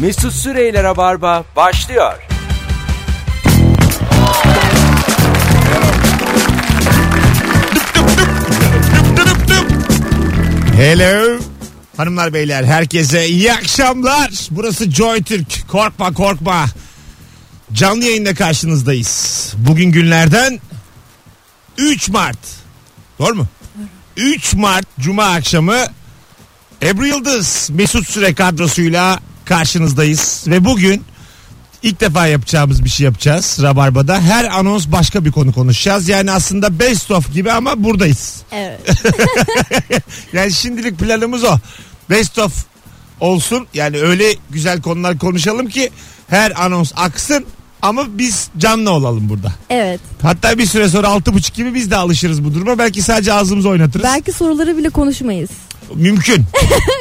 Mesut Süreyler'e barba başlıyor. Hello. Hanımlar beyler herkese iyi akşamlar. Burası Joy Türk. Korkma korkma. Canlı yayında karşınızdayız. Bugün günlerden 3 Mart. Doğru mu? 3 Mart Cuma akşamı Ebru Yıldız Mesut Süre kadrosuyla karşınızdayız. Ve bugün ilk defa yapacağımız bir şey yapacağız Rabarba'da. Her anons başka bir konu konuşacağız. Yani aslında best of gibi ama buradayız. Evet. Yani şimdilik planımız o. Best of olsun. Yani öyle güzel konular konuşalım ki her anons aksın ama biz canlı olalım burada. Evet. Hatta bir süre sonra altı buçuk gibi biz de alışırız bu duruma. Belki sadece ağzımızı oynatırız. Belki soruları bile konuşmayız Mümkün.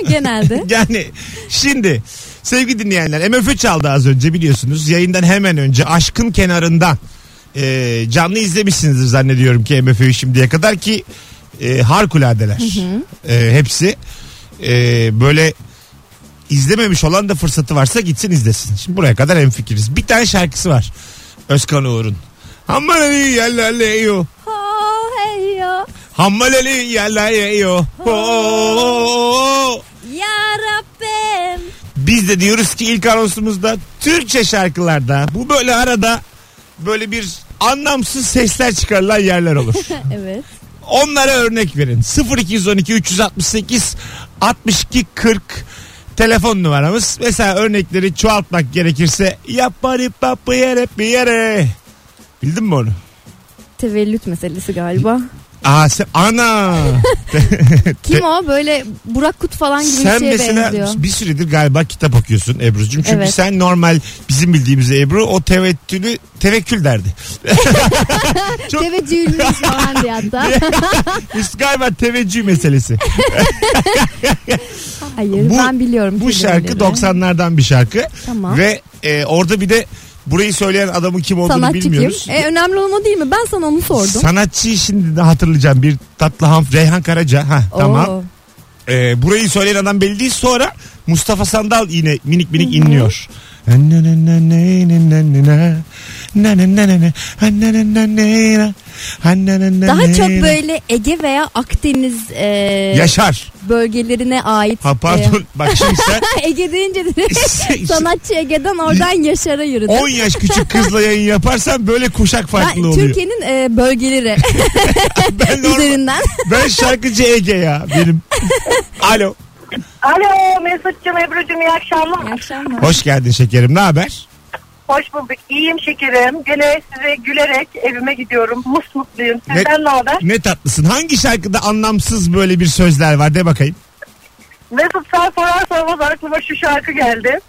genelde. Yani şimdi sevgili dinleyenler MFÖ çaldı az önce biliyorsunuz. Yayından hemen önce Aşkın Kenarından e, canlı izlemişsinizdir zannediyorum ki MFÖ'yü şimdiye kadar ki e, harikuladeler E, hepsi. E, böyle izlememiş olan da fırsatı varsa gitsin izlesin. Şimdi buraya kadar hemfikiriz. Bir tane şarkısı var Özkan Uğur'un. Hammaleli yallaleyo. Ha, hey ya. Hammaleli yallaleyo. Oh. Ya Rabbim. Biz de diyoruz ki ilk anonsumuzda Türkçe şarkılarda bu böyle arada böyle bir anlamsız sesler çıkarılan yerler olur. Evet. Onlara örnek verin. 0212 368 62 40 telefon numaramız. Mesela örnekleri çoğaltmak gerekirse yapari papı yere bir yere. Bildin mi onu? Tevellüt meselesi galiba. Aa sen, ana. Kim o? Böyle Burak Kut falan gibi bir sen şeye mesela benziyor. bir süredir galiba kitap okuyorsun Ebru'cum. Çünkü Evet. sen normal bizim bildiğimiz Ebru o tevekkülü tevekkül derdi. çok- Teveccühülmüş falan diye hatta. İşte galiba teveccüh meselesi. Hayır Bu- ben biliyorum. Bu şarkı tevelleri. 90'lardan bir şarkı. Tamam. Ve e, orada bir de burayı söyleyen adamın kim olduğunu Sanatçı kim? bilmiyoruz. E, önemli olan o değil mi? Ben sana onu sordum. Sanatçıyı şimdi de hatırlayacağım. Bir tatlı hanf Reyhan Karaca. Ha Oo. tamam. E, burayı söyleyen adam belli değil. Sonra Mustafa Sandal yine minik minik inliyor. Daha çok böyle Ege veya Akdeniz e, Yaşar. bölgelerine ait. Ha Ee, pardon. Bak şimdi sen e, Ege deyince direkt sanatçı Ege'den oradan Yaşar'a yürüdü. 10 yaş küçük kızla yayın yaparsan böyle kuşak farklı Ben, oluyor. Türkiye'nin e, bölgeleri ben, normal- üzerinden. ben şarkıcı Ege ya benim. Alo. Alo Mesut'cum Ebru'cum iyi İyi akşamlar. akşamlar. Hoş geldin şekerim. Ne haber? Hoş bulduk. İyiyim şekerim. Gene size gülerek evime gidiyorum. Musmutluyum. Sizden ne, haber? Ne tatlısın. Hangi şarkıda anlamsız böyle bir sözler var de bakayım. Mesut sen sorar sormaz aklıma şu şarkı geldi.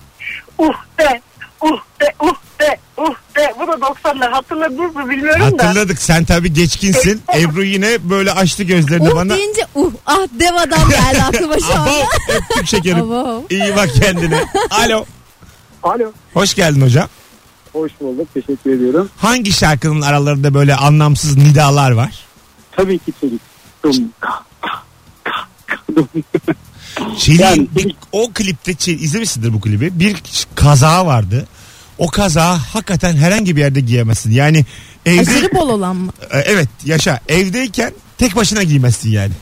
Uh de, uh de, uh de, uh de. Bu da 90'lar. Hatırladınız mı bilmiyorum da. Hatırladık sen tabii geçkinsin. Ebru yine böyle açtı gözlerini Uh bana. deyince uh ah dev adam geldi aklıma şu Abo anda. öptük şekerim. Abo. İyi bak kendine. Alo. Alo. Hoş geldin hocam. Hoş bulduk. Teşekkür ediyorum. Hangi şarkının aralarında böyle anlamsız nidalar var? Tabii ki çelik. Dum, ka, ka, ka, ka, dum. Çelik'in Yani- bir- o klipte Çel- izlemişsindir bu klibi. Bir kaza vardı. O kaza hakikaten herhangi bir yerde giyemezsin. Yani evde Aşırı bol olan mı? E, evet yaşa evdeyken tek başına giymezsin yani.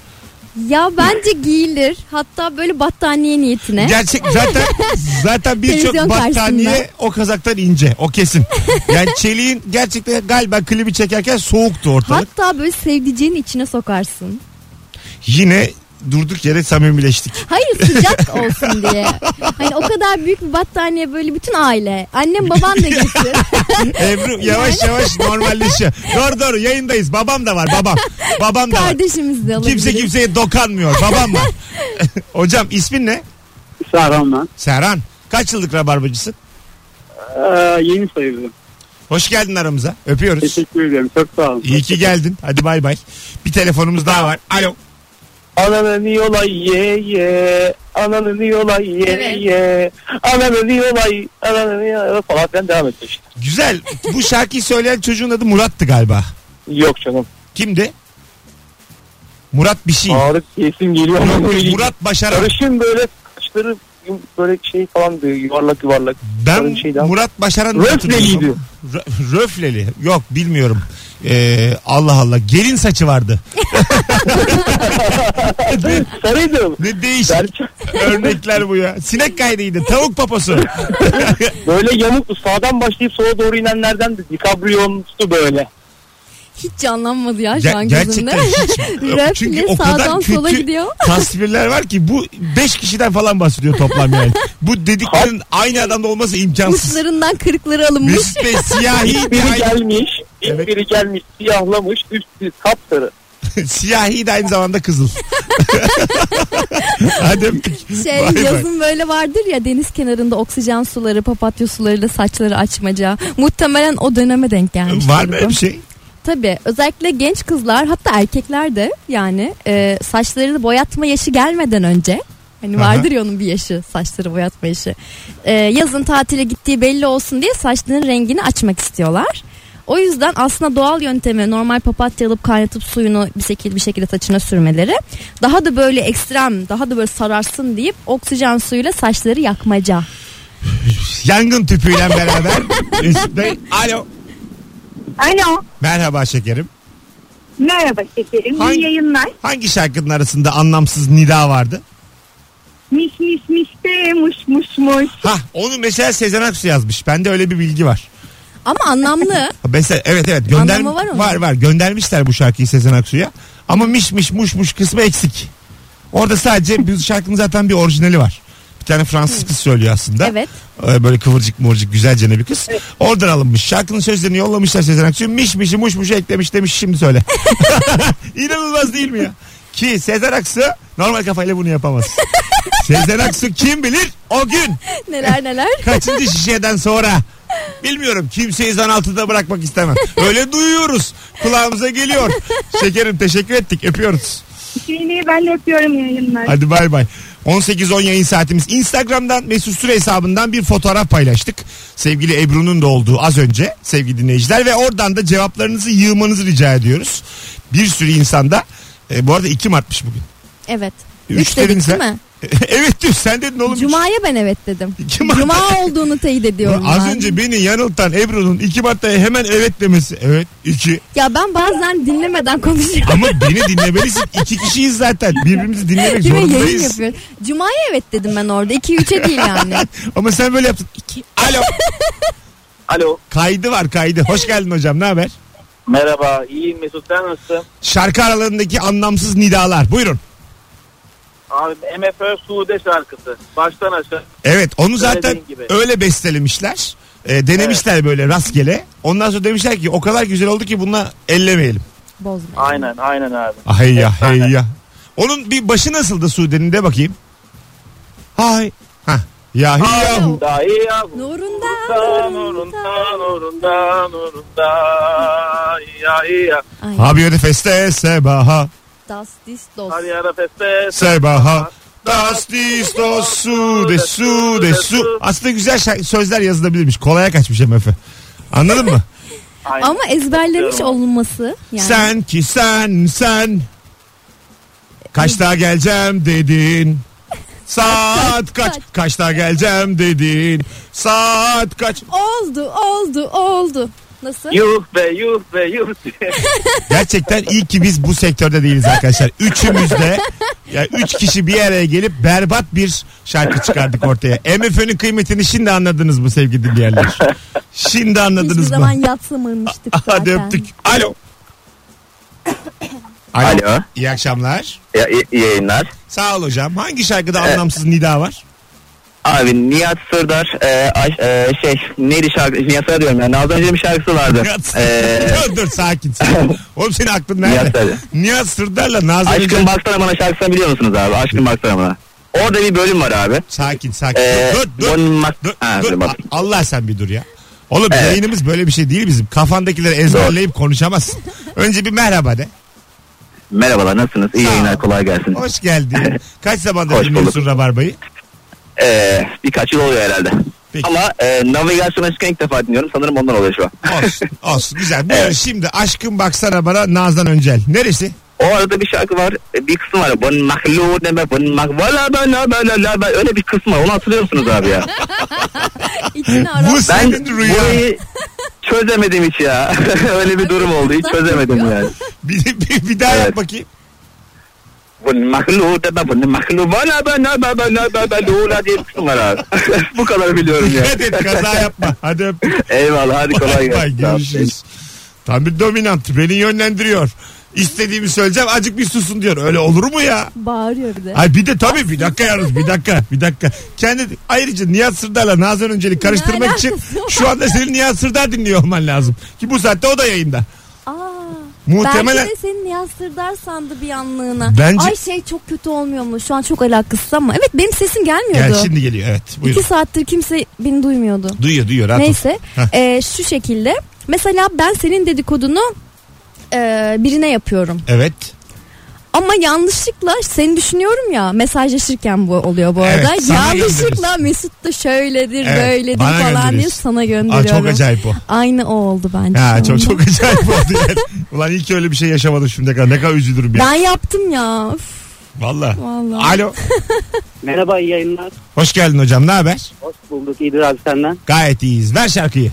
Ya bence giyilir. Hatta böyle battaniye niyetine. Gerçek zaten zaten birçok Televizyon battaniye karşısında. o kazaktan ince. O kesin. Yani çeliğin gerçekten galiba klibi çekerken soğuktu ortalık. Hatta böyle sevdiceğin içine sokarsın. Yine durduk yere samimileştik. Hayır sıcak olsun diye. Hani o kadar büyük bir battaniye böyle bütün aile. Annem baban da getir. Ebru yavaş yavaş normalleşiyor. Doğru doğru yayındayız. Babam da var babam. Babam da var. Kardeşimiz de alabilir. Kimse kimseye dokanmıyor. Babam var. Hocam ismin ne? Sahram ben. Serhan. Kaç yıllık rabarbacısın? Ee, yeni sayılırım. Hoş geldin aramıza. Öpüyoruz. Teşekkür ediyorum. Çok sağ olun. İyi ki geldin. Hadi bay bay. Bir telefonumuz daha var. Alo. Ananı yolay ye ye. Ananı yolay ye Evet. ye. Ananı yolay. Ananı yolay falan filan devam ediyor işte. Güzel. Bu şarkıyı söyleyen çocuğun adı Murat'tı galiba. Yok canım. Kimdi? Murat bir şey. Ağrı kesim geliyor. Murat Başaran. Karışın böyle saçları yum- böyle şey falan diyor yuvarlak yuvarlak. Ben Böyle bir şeydi ama. Murat Başaran diye Röfleli hatırlıyorum. diyor. Rö- Röfleli. Yok bilmiyorum. Ee, Allah Allah. Gelin saçı vardı. ne, Sarıydı mı? ne değişik Gerçi örnekler bu ya. Sinek kaydıydı. Tavuk paposu. böyle yamuktu. Sağdan başlayıp sola doğru inenlerden de DiCaprio'muştu böyle. Hiç canlanmadı ya şu Ger- an gözümde. gerçekten hiç. Rap Çünkü ile o kadar sağdan kötü sola gidiyor. tasvirler var ki bu 5 kişiden falan bahsediyor toplam yani. Bu dediklerin aynı adamda olması imkansız. Uçlarından kırıkları alınmış. Mesut Bey siyahi de Biri aynı, gelmiş, ilk Evet. biri gelmiş, siyahlamış, üstü kapsarı. siyahi de aynı zamanda kızıl. Hadi öptük. Şey Vay be. yazın böyle vardır ya deniz kenarında oksijen suları, papatya sularıyla saçları açmaca. Muhtemelen o döneme denk gelmiş. Var mı öyle bir şey? Tabii özellikle genç kızlar hatta erkekler de yani e, saçlarını boyatma yaşı gelmeden önce hani Aha. vardır ya onun bir yaşı saçları boyatma yaşı E, yazın tatile gittiği belli olsun diye saçlarının rengini açmak istiyorlar. O yüzden aslında doğal yöntemi normal papatya alıp kaynatıp suyunu bir şekilde bir şekilde saçına sürmeleri daha da böyle ekstrem daha da böyle sararsın deyip oksijen suyuyla saçları yakmaca. Yangın tüpüyle beraber Mesut Bey. Alo. Alo. Merhaba şekerim. Merhaba şekerim. Hangi- İyi yayınlar. Hangi şarkının arasında anlamsız nida vardı? Miş miş miş de muş muş muş. Ha onu mesela Sezen Aksu yazmış. Bende öyle bir bilgi var. Ama anlamlı Ha, Mesela evet evet gönder Anlamı var var, onun. var göndermişler bu şarkıyı Sezen Aksu'ya. Ama miş miş muş muş kısmı eksik. Orada sadece bu şarkının zaten bir orijinali var. Bir tane Fransız kız söylüyor aslında. evet. Ee, Böyle kıvırcık mıvırcık güzelce bir kız. Oradan alınmış. Şarkının sözlerini yollamışlar Sezen Aksu'ya. Miş mişi muş muşu eklemiş demiş şimdi söyle. İnanılmaz değil mi ya? Ki Sezen Aksu normal kafayla bunu yapamaz. Sezen Aksu kim bilir o gün Neler neler. Kaçıncı şişeden sonra? Bilmiyorum. Kimseyi zan altında bırakmak istemem. Öyle duyuyoruz. Kulağımıza geliyor. Şekerim teşekkür ettik. Öpüyoruz. Seni ben de öpüyorum yayınlar. Hadi bay bay. 18-10 yayın saatimiz. Instagram'dan Mesut Süre hesabından bir fotoğraf paylaştık. Sevgili Ebru'nun da olduğu az önce sevgili dinleyiciler ve oradan da cevaplarınızı yığmanızı rica ediyoruz. Bir sürü insanda e, bu arada 2 Mart'mış bugün. Evet. Üç Üç dedik derinse- değil mi? evet diyor sen dedin oğlum. üç. Cuma'ya ben evet dedim. Cuma- Cuma, olduğunu teyit ediyorum Az ben. önce beni yanıltan Ebru'nun 2 Mart'ta hemen evet demesi. Evet 2. Ya ben bazen dinlemeden konuşuyorum. Ama beni dinlemelisin. İki kişiyiz zaten. Birbirimizi dinlemek Değil mi? Yayın zorundayız. yapıyorum. Cuma'ya evet dedim ben orada. 2-3'e değil yani. Ama sen böyle yaptın. İki. Alo. Alo, kaydı var kaydı. Hoş geldin hocam. Ne haber? merhaba, iyiyim Mesut, sen nasılsın? Şarkı aralarındaki anlamsız nidalar. Buyurun. Abi MFÖ Sude şarkısı. Baştan aşağı. Evet onu zaten Söylediğin gibi. öyle bestelemişler. E, denemişler böyle rastgele. Ondan sonra demişler ki o kadar güzel oldu ki bununla ellemeyelim. Bozma. Aynen, aynen abi. Ay ya Efsane. hey ya. Onun bir başı nasıldı Sude'nin de bakayım. Hay. Hah. Ya hi yahu. Dahi yahu. Nurundan, nurundan. nurundan, nurundan, nurundan. Ya ya. Ay, Habire feste sebaha. das, dis, dos. Her yara feste. Sebaha Das dies dos su de su de su. Aslında güzel şa- sözler yazılabilirmiş. Kolaya kaçmış MF. Anladın mı? Aynen. Ama ezberlemiş olunması. Yani. Sen ki sen sen. Kaç daha geleceğim dedin. Saat kaç? Kaç daha geleceğim dedin. Saat kaç? Oldu, oldu, oldu. Nasıl? Yuh be yuh be yuh. Gerçekten iyi ki biz bu sektörde değiliz arkadaşlar. Üçümüz de yani üç kişi bir araya gelip berbat bir şarkı çıkardık ortaya. MFÖ'nün kıymetini şimdi anladınız mı sevgili dinleyenler? Şimdi Hiçbir anladınız zaman mı? yatsımamıştık zaten. Hadi öptük. Alo. Alo. Alo. İyi akşamlar. Ya, iyi- iyi yayınlar. Sağ ol hocam. Hangi şarkıda Ee, anlamsız nida var? Abi Nihat Sırdar e, ay- e, şey neydi şarkı Nihat Sırdar diyorum yani Nazan Hoca'nın bir şarkısı vardı. E, dur dur sakin. sakin. Oğlum senin aklın Nihat nerede? Sırdar. Nihat Sırdar'la Nazan Aşkın Hoca'nın- Baksana Bana şarkısını biliyor musunuz abi? Aşkın Baksana Bana. Orada bir bölüm var abi. Sakin sakin. E, dur dur. Bonnie Mac- Dur, Ha, dur. dur, bak. A- Allah sen bir dur ya. Oğlum Evet. yayınımız böyle bir şey değil bizim. Kafandakileri ezberleyip konuşamazsın. Önce bir merhaba de. Merhabalar nasılsınız? İyi Sağ ol. yayınlar kolay gelsin. Hoş geldin. Kaç zamandır Hoş dinliyorsun Rabarba'yı? E, birkaç yıl oluyor herhalde. Peki. Ama e, navigasyon açıkken ilk defa dinliyorum. Sanırım ondan oluyor şu an. Olsun. olsun. Güzel. Buyurun Evet. şimdi aşkın baksana bana Nazan Öncel. Neresi? O arada bir şarkı var. e, Bir kısmı var. Bun mahlu deme bun mah vala bana bana la bana. Öyle bir kısmı. var. Onu hatırlıyor musunuz abi ya? İçine ara. Bu Ben senin rüyan. burayı çözemedim hiç ya. Öyle bir durum oldu. Hiç çözemedim yani. Bir, bir, bir daha yap Evet. bakayım. Bun mahlu deme bun mahlu vala bana bana bana lula diye bir kısmı var abi. Bu kadar biliyorum ya. Dikkat et kaza yapma. Hadi öptük. Eyvallah hadi kolay Bay bay, gelsin. görüşürüz. Tam bir dominant. Beni yönlendiriyor. İstediğimi söyleyeceğim. Acık bir susun diyor. Öyle olur mu ya? Bağırıyor bir de. Ay bir de tabii bir dakika yalnız bir dakika bir dakika. Kendi ayrıca Nihat Sırdar'la Nazan Öncel'i karıştırmak alakası için var? şu anda senin Nihat Sırdar dinliyor olman lazım. Ki bu saatte o da yayında. Aa. Muhtemelen Belki de seni Niyaz Sırdar sandı bir anlığına. Bence- Ay şey çok kötü olmuyor mu? Şu an çok alakasız ama. Evet benim sesim gelmiyordu. gel şimdi geliyor evet buyur. İki saattir kimse beni duymuyordu. Duyuyor duyuyor rahat ol. Neyse Heh. e, şu şekilde. Mesela ben senin dedikodunu e, birine yapıyorum. Evet. Ama yanlışlıkla seni düşünüyorum ya mesajlaşırken bu oluyor bu arada. Evet, sana yanlışlıkla gönderiyorsun. Mesut da şöyledir Evet, böyledir bana falan diye gönderiyorsun. sana Aa, gönderiyorum. çok acayip o. Aynı o oldu bence. Ha, şu çok anda. çok acayip oldu yani. Ulan iyi ki öyle bir şey yaşamadım şimdiye kadar. Ne kadar üzülürüm ya. Ben yaptım ya. Üf, Valla. Vallahi. Alo. Merhaba iyi yayınlar. Hoş geldin hocam ne haber? Hoş bulduk İdil abi senden. Gayet iyiyiz. Ver şarkıyı.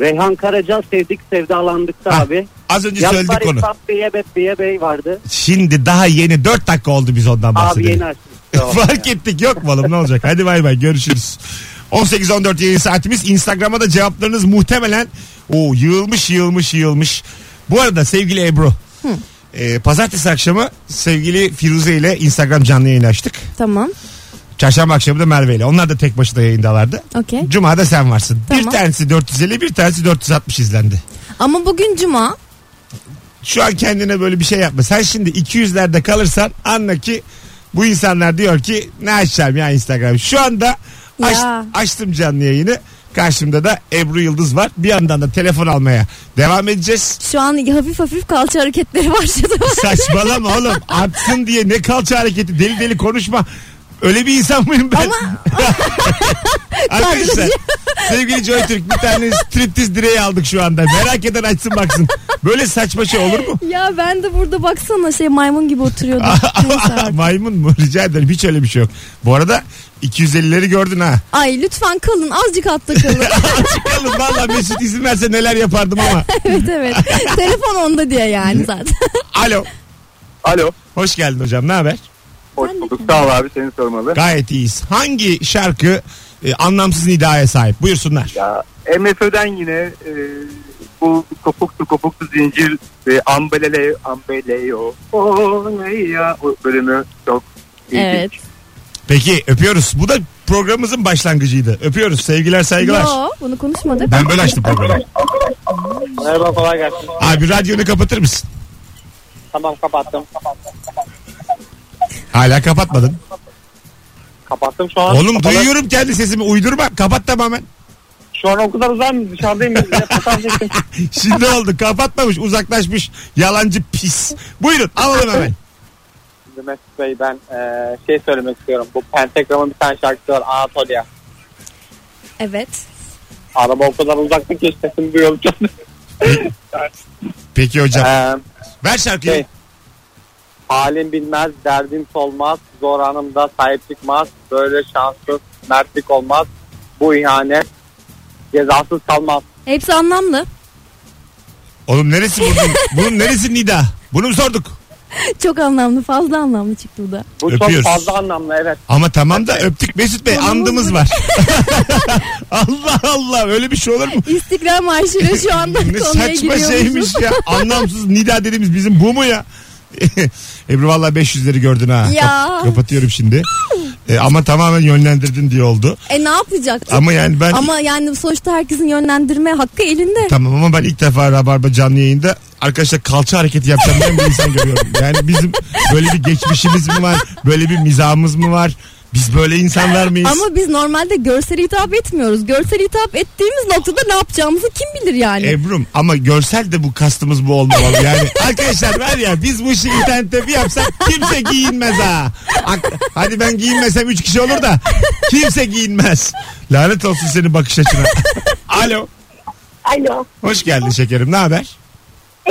Reyhan Karaca sevdik sevdalandık da Ha, abi. Az önce Yapar söyledik onu. hesap beye be beye bey vardı. Şimdi daha yeni 4 dakika oldu biz ondan Abi bahsedelim. yeni açtık. Tamam. Fark ettik yok mu oğlum ne olacak? Hadi bay bay görüşürüz. 18-14 yayın saatimiz. Instagram'a da cevaplarınız muhtemelen o yığılmış yığılmış yığılmış. Bu arada sevgili Ebru. e, pazartesi akşamı sevgili Firuze ile Instagram canlı yayını açtık. tamam. Çarşamba akşamı da Merve ile. Onlar da tek başına yayındalardı. Okey. Cuma'da sen varsın. Bir Tamam. tanesi 450 bir tanesi 460 izlendi. Ama bugün cuma. Şu an kendine böyle bir şey yapma. Sen şimdi 200'lerde kalırsan anla ki bu insanlar diyor ki ne açacağım ya Instagram. Şu anda aç- Ya. açtım canlı yayını. Karşımda da Ebru Yıldız var. Bir yandan da telefon almaya devam edeceğiz. Şu an hafif hafif kalça hareketleri başladı. Saçmalama oğlum. Atsın diye ne kalça hareketi deli deli konuşma. Öyle bir insan mıyım ben? Arkadaşlar sevgili Joy Türk bir tane striptiz direği aldık şu anda. Merak eden açsın baksın. Böyle saçma şey olur mu? ya ben de burada baksana şey maymun gibi oturuyordum. Neyse artık. Maymun mu? Rica ederim. Hiç öyle bir şey yok. Bu arada 250'leri gördün ha. Ay lütfen kalın azıcık hatta kalın. Çıkalım valla Mesut izin verse neler yapardım ama. evet evet. Telefon onda diye yani zaten. Alo. Alo. Hoş geldin hocam. Ne haber? Hoş bulduk. Sağ ol abi seni sormalı. Gayet iyiyiz. Hangi şarkı e, anlamsız nidaya sahip? Buyursunlar. Ya MFÖ'den yine e, bu kopuktu kopuktu zincir ve ambelele ambeleyo o ne ya o bölümü çok ilginç. evet. Peki öpüyoruz. Bu da programımızın başlangıcıydı. Öpüyoruz. Sevgiler saygılar. Yo bunu konuşmadık. Ben böyle açtım programı. Merhaba kolay gelsin. Abi radyonu kapatır mısın? Tamam kapattım. Kapattım, Hala kapatmadın. kapattım şu an. Oğlum Kapalı- duyuyorum kendi sesimi. Uydurma. Kapat tamamen. Şu an o kadar uzak mıyız? Dışarıdayım. biz. Ya, potansiyel- Şimdi oldu. Kapatmamış. Uzaklaşmış. Yalancı pis. Buyurun alalım hemen. Şimdi Mesut Bey ben eee, şey söylemek istiyorum. Bu Pentagram'ın bir tane şarkısı var Anatolia. Evet. Araba o kadar uzaktı ki sesim duyuyorum. Peki hocam. Eee, Ver şarkıyı. şey, E, halim bilmez, derdim solmaz, zor anımda sahip çıkmaz, böyle şanssız, mertlik olmaz, bu ihanet cezasız kalmaz. Hepsi anlamlı. Oğlum neresi bunun? bunun neresi Nida? Bunu mu sorduk? Çok anlamlı fazla anlamlı çıktı bu da. Bu Öpüyoruz. çok fazla anlamlı evet. Ama tamam da öptük Mesut Bey andımız var. Allah Allah öyle bir şey olur mu? İstiklal Marşı'yla şu anda ne konuya saçma giriyormuşuz. şeymiş ya. Anlamsız Nida dediğimiz bizim bu mu ya? Ebru valla 500'leri gördün ha. Ya. Kap- kapatıyorum şimdi. E, ama tamamen yönlendirdin diye oldu. E ne yapacaktık? Ama yani ben Ama yani sonuçta herkesin yönlendirme hakkı elinde. Tamam ama ben ilk defa Rabarba canlı yayında arkadaşlar kalça hareketi yapacağım ben bir insan görüyorum. Yani bizim böyle bir geçmişimiz mi var? Böyle bir mizahımız mı var? Biz böyle insanlar mıyız? Ama biz normalde görsele hitap etmiyoruz. Görsele hitap ettiğimiz noktada ne yapacağımızı kim bilir yani. Ebru'm ama görsel de bu kastımız bu olmamalı yani. arkadaşlar var ya biz bu işi internette bir yapsak kimse giyinmez ha. Ak- Hadi ben giyinmesem 3 kişi olur da kimse giyinmez. Lanet olsun senin bakış açına. Alo. Alo. Hoş geldin şekerim ne haber?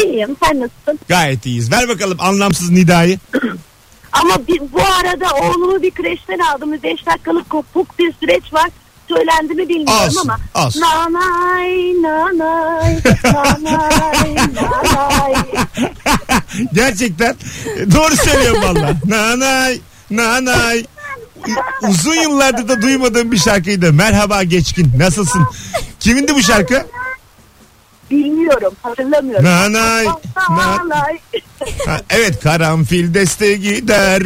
İyiyim sen nasılsın? Gayet iyiyiz. Ver bakalım anlamsız nidayı. Ama bir, bu arada oğlumu bir kreşten aldım. Bir beş dakikalık kopuk bir süreç var. Söylendi mi bilmiyorum Olsun, ama. olsun. Nanay nanay nanay nanay. Gerçekten doğru söylüyorum valla. Nanay, nanay. U- Uzun yıllardır da duymadığım bir şarkıydı. Merhaba geçkin nasılsın? Kimindi bu şarkı? Bilmiyorum hatırlamıyorum. Nanay. na- Nanay. Ha, evet karanfil deste gider.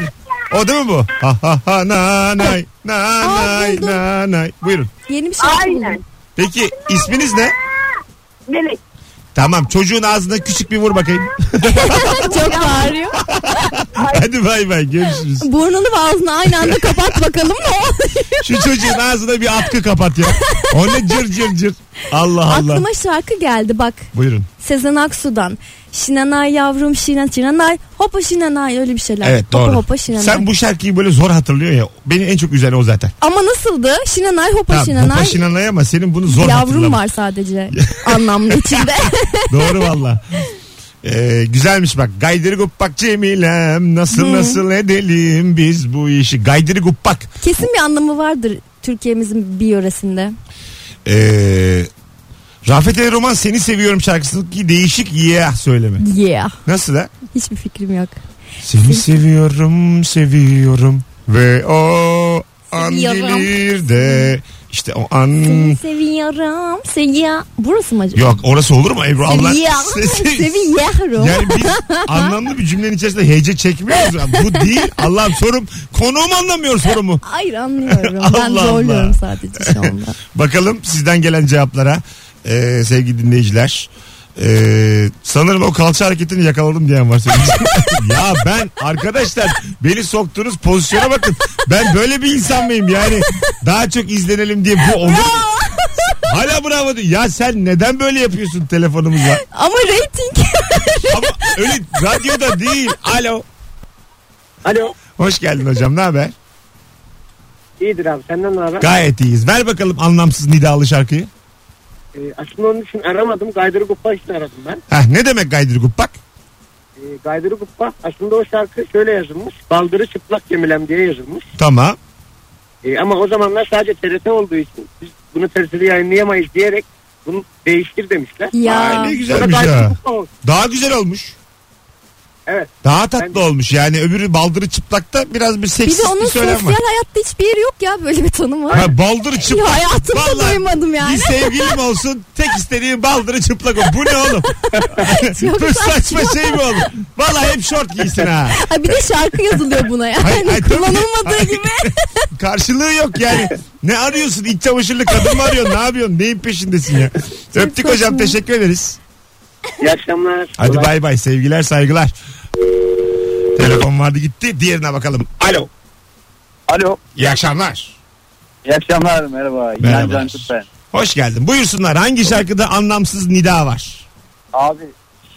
O değil mi bu? Ha ha ha nanay. Nanay buldum. nanay. Buyurun. Yeni bir şey Aynen. Peki isminiz ne? Melek. Tamam çocuğun ağzına küçük bir vur bakayım. Çok bağırıyor. Hadi bay bay görüşürüz. Burnunu ve ağzını aynı anda kapat bakalım ne oluyor? Şu çocuğun ağzına bir atkı kapat ya. O ne cır cır cır. Allah Allah. Aklıma şarkı geldi bak. Buyurun. Sezen Aksu'dan. Şinanay yavrum şinan şinanay. Hopa şinanay öyle bir şeyler. Evet doğru. Hopa hopa şinanay. Sen bu şarkıyı böyle zor hatırlıyorsun ya. Beni en çok üzen o zaten. Ama nasıldı? Şinanay hopa Tamam, şinanay. Hopa Şinanay ama senin bunu zor Yavrum hatırlaman. var sadece anlamlı içinde. Doğru valla. Ee, güzelmiş bak. Gaydiri guppak Cemilem. Nasıl nasıl edelim biz bu işi. Gaydiri guppak. Kesin bir anlamı vardır Türkiye'mizin bir yöresinde. Ee, Rafet El Roman seni seviyorum şarkısındaki değişik yeah söyleme. Yeah. Nasıl da? Hiçbir fikrim yok. Seni seviyorum seviyorum ve o an Seviyorum. gelir de işte o an Seni seviyorum. Seviyorum. Burası mı acaba? yok orası olur mu Ebru abla? Seviyorum. Se- Seviyorum. Yani biz anlamlı bir cümlenin içerisinde hece çekmiyoruz. ya. Bu değil. Allah'ım sorum. Konuğum anlamıyor sorumu. Hayır anlıyorum. Allah ben Allah. zorluyorum sadece şu anda. Bakalım sizden gelen cevaplara ee, sevgili dinleyiciler. Ee, sanırım o kalça hareketini yakaladım diyen var. sevgili- ya ben arkadaşlar beni soktuğunuz pozisyona bakın. Ben böyle bir insan mıyım yani? Daha çok izlenelim diye bu olur. mu? Hala bravo diyor. Ya sen neden böyle yapıyorsun telefonumuzla? Ama reyting. Ama öyle radyoda değil. Alo. Alo. Hoş geldin hocam. Ne haber? İyidir abi senden ne haber? Gayet iyiyiz. Ver bakalım anlamsız nidalı şarkıyı. Ee, aslında onun için aramadım. Gaydırı Guppa için aradım ben. Heh, ne demek gaydır guppak? Ee, Gaydırı Guppa aslında o şarkı şöyle yazılmış. Baldırı çıplak gemilem diye yazılmış. Tamam. Ee, ama o zamanlar sadece TRT olduğu için biz bunu TRT'de yayınlayamayız diyerek bunu değiştir demişler. Ay, ya. ne Sonra güzelmiş Gaydırı ya. Guppa oldu. Daha güzel olmuş. Evet. Daha tatlı Bence- olmuş. Yani öbürü baldırı çıplakta biraz bir Bir de seksist bir, onun sosyal söylem var. hayatta hiçbir yeri yok ya böyle bir tanımı. Ha, baldırı çıplak. hayatımda Vallahi duymadım yani. Bir sevgilim olsun tek istediğim baldırı çıplak. ol. Bu ne oğlum? Çok Bu saçma saçma. şey mi oğlum? Vallahi hep şort giysin ha. Ha, bir de şarkı yazılıyor buna yani. Ay, ay, tabii. Kullanılmadığı Ay. gibi. Karşılığı yok yani. Ne arıyorsun? İç çamaşırlı kadın mı arıyorsun? Ne yapıyorsun? Neyin peşindesin ya? Öptük hocam saçma. teşekkür ederiz. İyi akşamlar. Hadi Kolay bay bay sevgiler saygılar. Telefon vardı gitti. Diğerine bakalım. Alo. Alo. İyi akşamlar. İyi akşamlar. Merhaba. Merhabalar. Hoş geldin. Buyursunlar. Hangi şarkıda anlamsız nida var? Abi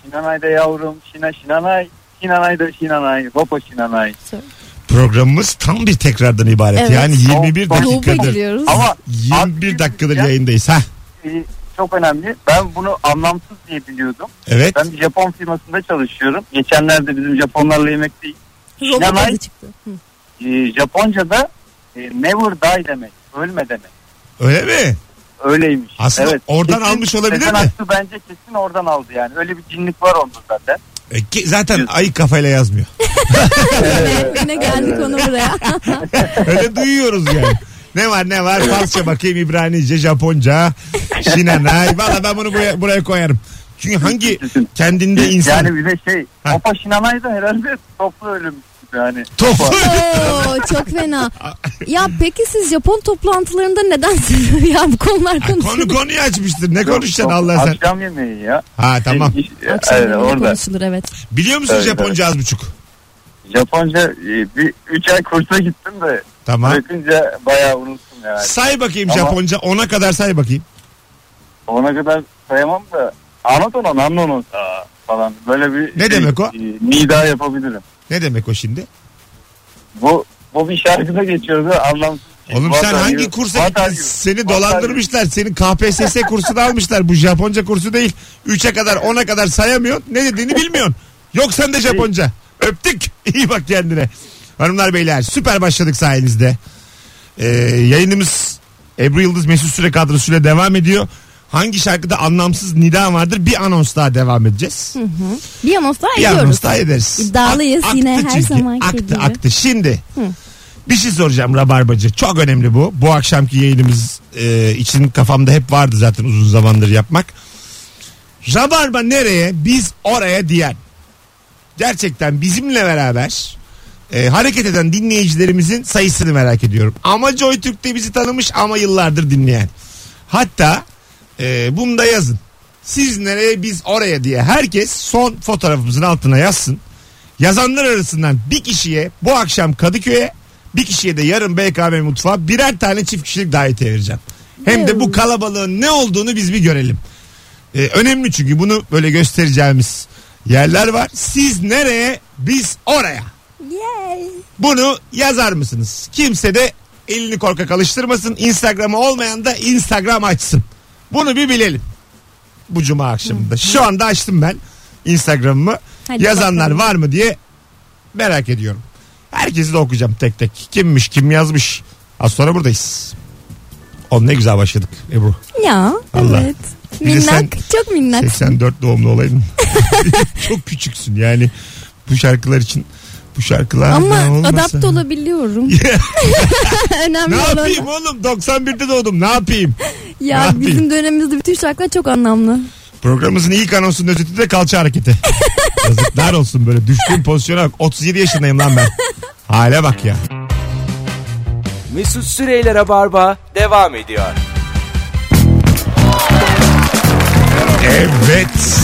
Şinanay'da yavrum. Şina Şinanay. Şinanay'da Şinanay. Hopa Şinanay. Programımız tam bir tekrardan ibaret. Evet. Yani 21 Çok- Doğu dakikadır. bekliyoruz. Ama 21 dakikadır Ya, yayındayız. Ha. e, Çok önemli. Ben bunu anlamsız diye biliyordum. Evet. Ben bir Japon firmasında çalışıyorum. Geçenlerde bizim Japonlarla yemekteyiz. Robot Şinanay- adı çıktı. Hı. E, Japonca'da e, never die demek. Ölme demek. Öyle mi? Öyleymiş. Aslında oradan almış olabilir Sezen mi? Aksu bence kesin oradan aldı yani. Öyle bir cinlik var onda zaten. E, ki- zaten ayı kafayla yazmıyor. Yine, yine geldi konu buraya. Öyle duyuyoruz yani. Ne var ne var Farsça bakayım İbranice, Japonca, Şinanay. Valla ben bunu buraya, buraya koyarım. Çünkü hangi kendinde insan Yani bir de şey. Ha. Hopa Şinanay da herhalde toplu ölüm gibi hani. topu Oo, çok fena. Ya peki siz Japon toplantılarında neden ya bu konular konu konuşulur? konuyu açmıştır. Ne konuşacaksın Yok, Allah sen? Akşam yemeği ya. Ha tamam. İş- Akşam evet, yemeği Ee, orada. konuşulur evet. Biliyor musun Evet, Japonca az buçuk? Japonca e, bir 3 ay kursa gittim de Tamam. bırakınca bayağı unuttum yani. Say bakayım Ama- Japonca ona kadar say bakayım. Ona kadar sayamam da anlat ona anla onu Aa, falan. Böyle bir Ne şey, demek o? e, nida yapabilirim. Ne demek o şimdi? Bu bu bir şarkıda geçiyordu anlamsız. Oğlum sen Vallahi hangi yürü. kursa Vallahi gittin? yürü. Seni Vallahi dolandırmışlar. Senin KPSS kursunu almışlar. Bu Japonca kursu değil. 3'e kadar 10'a kadar sayamıyorsun. Ne dediğini bilmiyorsun. Yok sen de Japonca. Öptük. İyi bak kendine. Hanımlar beyler süper başladık sayenizde. Ee, yayınımız Ebru Yıldız Mesut Süre kadrosuyla devam ediyor. Hangi şarkıda anlamsız nida vardır? Bir anons daha devam edeceğz. Bir anons daha Bir ediyoruz. anons daha ederiz. İddialıyız Ak- yine aktı her çizgi. zamanki aktı, gibi. Aktı Şimdi bir şey soracağım Rabarbacı. Çok önemli bu. Bu akşamki yayınımız e, için kafamda hep vardı zaten uzun zamandır yapmak. Rabarba nereye biz oraya diyen. Gerçekten bizimle beraber e, hareket eden dinleyicilerimizin sayısını merak ediyorum. Ama Joy Türk'te bizi tanımış ama yıllardır dinleyen. Hatta e, bunu da yazın. Siz nereye biz oraya diye herkes son fotoğrafımızın altına yazsın. Yazanlar arasından bir kişiye bu akşam Kadıköy'e bir kişiye de yarın BKM mutfağa birer tane çift kişilik davetiye vereceğim. Hem de bu kalabalığın ne olduğunu biz bir görelim. Ee, önemli çünkü bunu böyle göstereceğimiz yerler var. Siz nereye biz oraya. Yay. Bunu yazar mısınız? Kimse de elini korkak alıştırmasın. Instagram'ı olmayan da Instagram açsın. Bunu bir bilelim. Bu cuma akşamında. Şu anda açtım ben Instagram'ımı. Hadi Yazanlar bakalım. var mı diye merak ediyorum. Herkesi de okuyacağım tek tek. Kimmiş, kim yazmış. Az sonra buradayız. On ne güzel başladık Ebru. Ya Allah. evet. Bir de Minnak. sen çok minnak. 84 doğumlu olaydın. Çok küçüksün yani. Bu şarkılar için bu şarkılar Ama olmasa- adapte olabiliyorum. Önemli Ne olan. yapayım oğlum? 91'de doğdum. Ne yapayım? Ne Ya yapayım? bizim dönemimizde bütün şarkılar çok anlamlı. Programımızın ilk anonsunun özeti de kalça hareketi. Yazıklar olsun böyle. Düştüğüm pozisyona bak. 37 yaşındayım lan ben. Hale bak ya. Mesut Süreyler'e barba devam ediyor. Evet.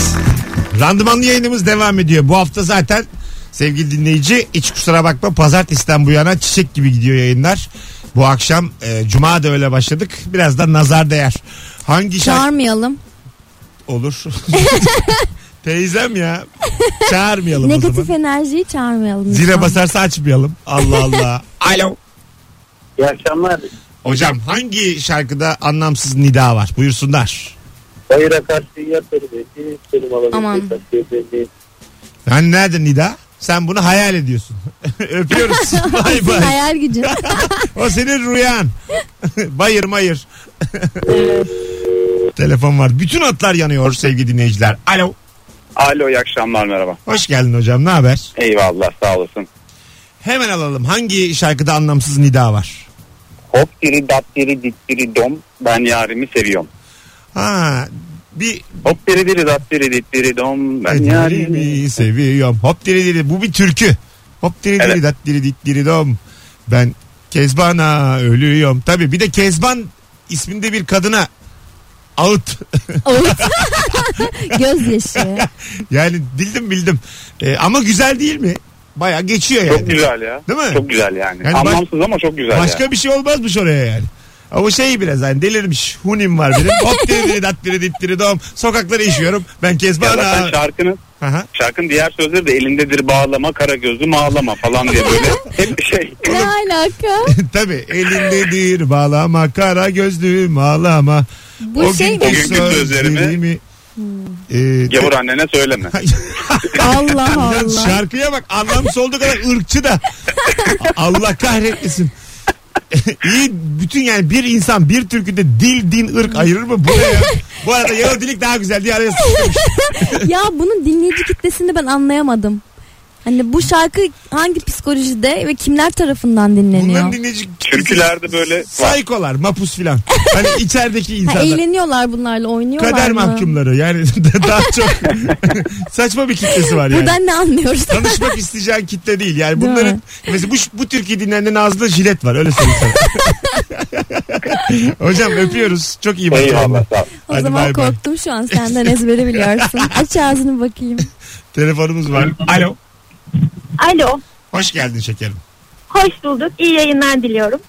Randımanlı yayınımız devam ediyor. Bu hafta zaten sevgili dinleyici hiç kusura bakma pazartesiden bu yana çiçek gibi gidiyor yayınlar. Bu akşam e, cuma da öyle başladık. Biraz da nazar değer. Hangi şarkı Çağırmayalım. olur? Teyzem ya. Çağırmayalım o zaman. Negatif enerjiyi çağırmayalım. Zile lütfen. basarsa açmayalım. Allah Allah. Alo. İyi akşamlar. Hocam hangi şarkıda anlamsız nida var? Buyursunlar. Bayıra karşı yatarım. Benim Aman. Yani nerede nida? Sen bunu hayal ediyorsun. Öpüyoruz. bay Senin bay. Hayal gücü. O senin rüyan. bayır mayır. Telefon var. Bütün hatlar yanıyor sevgili dinleyiciler. Alo. Alo iyi akşamlar merhaba. Hoş geldin hocam. Ne haber? Eyvallah sağ olasın. Hemen alalım. Hangi şarkıda anlamsız nida var? Hop diri dat diri dit diri dom ben yarimi seviyorum. Ha, bir Hop diri diri dat diri dit diri dom ben yarimi. Ellerimi seviyorum. Hop diri diri. Bu bir türkü. Hop diri diri Evet. dat diri dit diri dom. Ben Kezban'a ölüyorum. Tabii bir de Kezban isminde bir kadına ağıt. Gözyaşı. yani bildim bildim. Ee, ama güzel değil mi? Baya geçiyor yani. Çok güzel ya. Değil mi? Çok güzel yani. Yani baş- Anlamsız ama çok güzel Başka ya. bir şey olmazmış oraya yani. Ama şey biraz hani delirmiş. Hunim var benim. Hop diri diri dat diri dit diri dom. Sokaklara işiyorum. Ben Ya zaten Kezban'a. şarkının Aha. şarkının diğer sözleri de elindedir bağlama kara gözlüm ağlama falan diye böyle hep şey ne alaka? Tabii elindedir bağlama kara gözlüm ağlama. Bu şey günkü mi? Hmm. O günkü sözlerimi- sözlerimi, e, gavur annene söyleme. Allah Yalnız Allah. Şarkıya bak anlamsız olduğu kadar ırkçı da. Allah kahretmesin. İyi bütün yani bir insan bir türküde dil din ırk ayırır mı? Bu ne ya? Bu arada Yahudilik daha güzel diye araya sıkıştırmış. ya bunun dinleyici kitlesini ben anlayamadım. Hani bu şarkı hangi psikolojide ve kimler tarafından Bunların dinleniyor? dinleyici Türkülerde böyle var. Saykolar, mapus filan. Hani içerideki Ha, insanlar. eğleniyorlar bunlarla oynuyorlar Kader mı? mahkumları yani daha çok saçma bir kitlesi var yani. Buradan ne anlıyoruz? Tanışmak isteyeceğin kitle değil yani Değil bunların mi? mesela bu, bu türkü dinleyenlerin ağzında jilet var öyle söyleyeyim sana. Hocam öpüyoruz çok iyi bakın. Eyvallah sağ ol. o Hadi zaman bay bay. korktum şu an senden ezbere biliyorsun. Aç ağzını bakayım. Telefonumuz var. Alo. Alo. Hoş geldin şekerim. Hoş bulduk. İyi yayınlar diliyorum.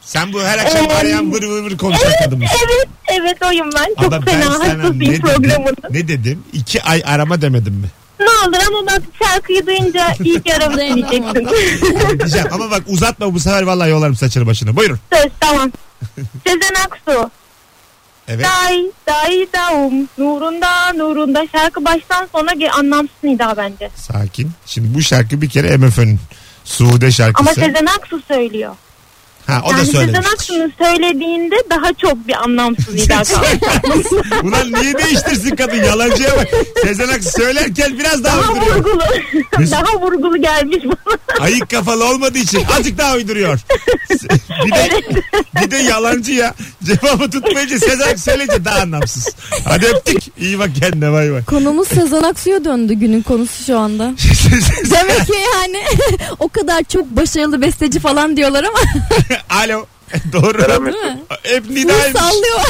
Sen bu her akşam Ee, arayan vır vır vır konuşan kadın mısın? Evet, evet oyum ben. Çok Ama ben fena sana ne hastasıyım dedim, programın. ne dedim? İki ay arama demedim mi? Ne olur ama ben şarkıyı duyunca iyi ki aramış Zeynep diyecektim. Diyeceğim ama bak uzatma bu sefer vallahi yolarım saçını başını. Buyurun. Söz tamam. Sezen Aksu. Evet. Day, day, daum. Nurunda, nurunda. Şarkı baştan sona ge- anlamsız nida bence. Sakin. Şimdi bu şarkı bir kere MF'nin Suude Ama şarkısı. Sezen Aksu söylüyor. ha o da yani Sezen söylemiş. Aksu'nun söylediğinde daha çok bir anlamsız nida kaldı. Şey Ulan niye değiştirsin kadın yalancıya bak. Sezen Aksu söylerken biraz daha daha uyduruyor. vurgulu. Biz- daha vurgulu gelmiş bana. Ayık kafalı olmadığı için azıcık daha uyduruyor. bir de bir de yalancı ya. Cevabı tutmayınca Sezen Aksu söyleyince daha anlamsız. Hadi öptük. İyi bak kendine bay bay. Konumuz Sezen Aksu'ya döndü günün konusu şu anda. Demek ki yani o kadar çok başarılı besteci falan diyorlar ama Alo. Doğru. değil mi? Hep Bunu nidaymış. sallıyor.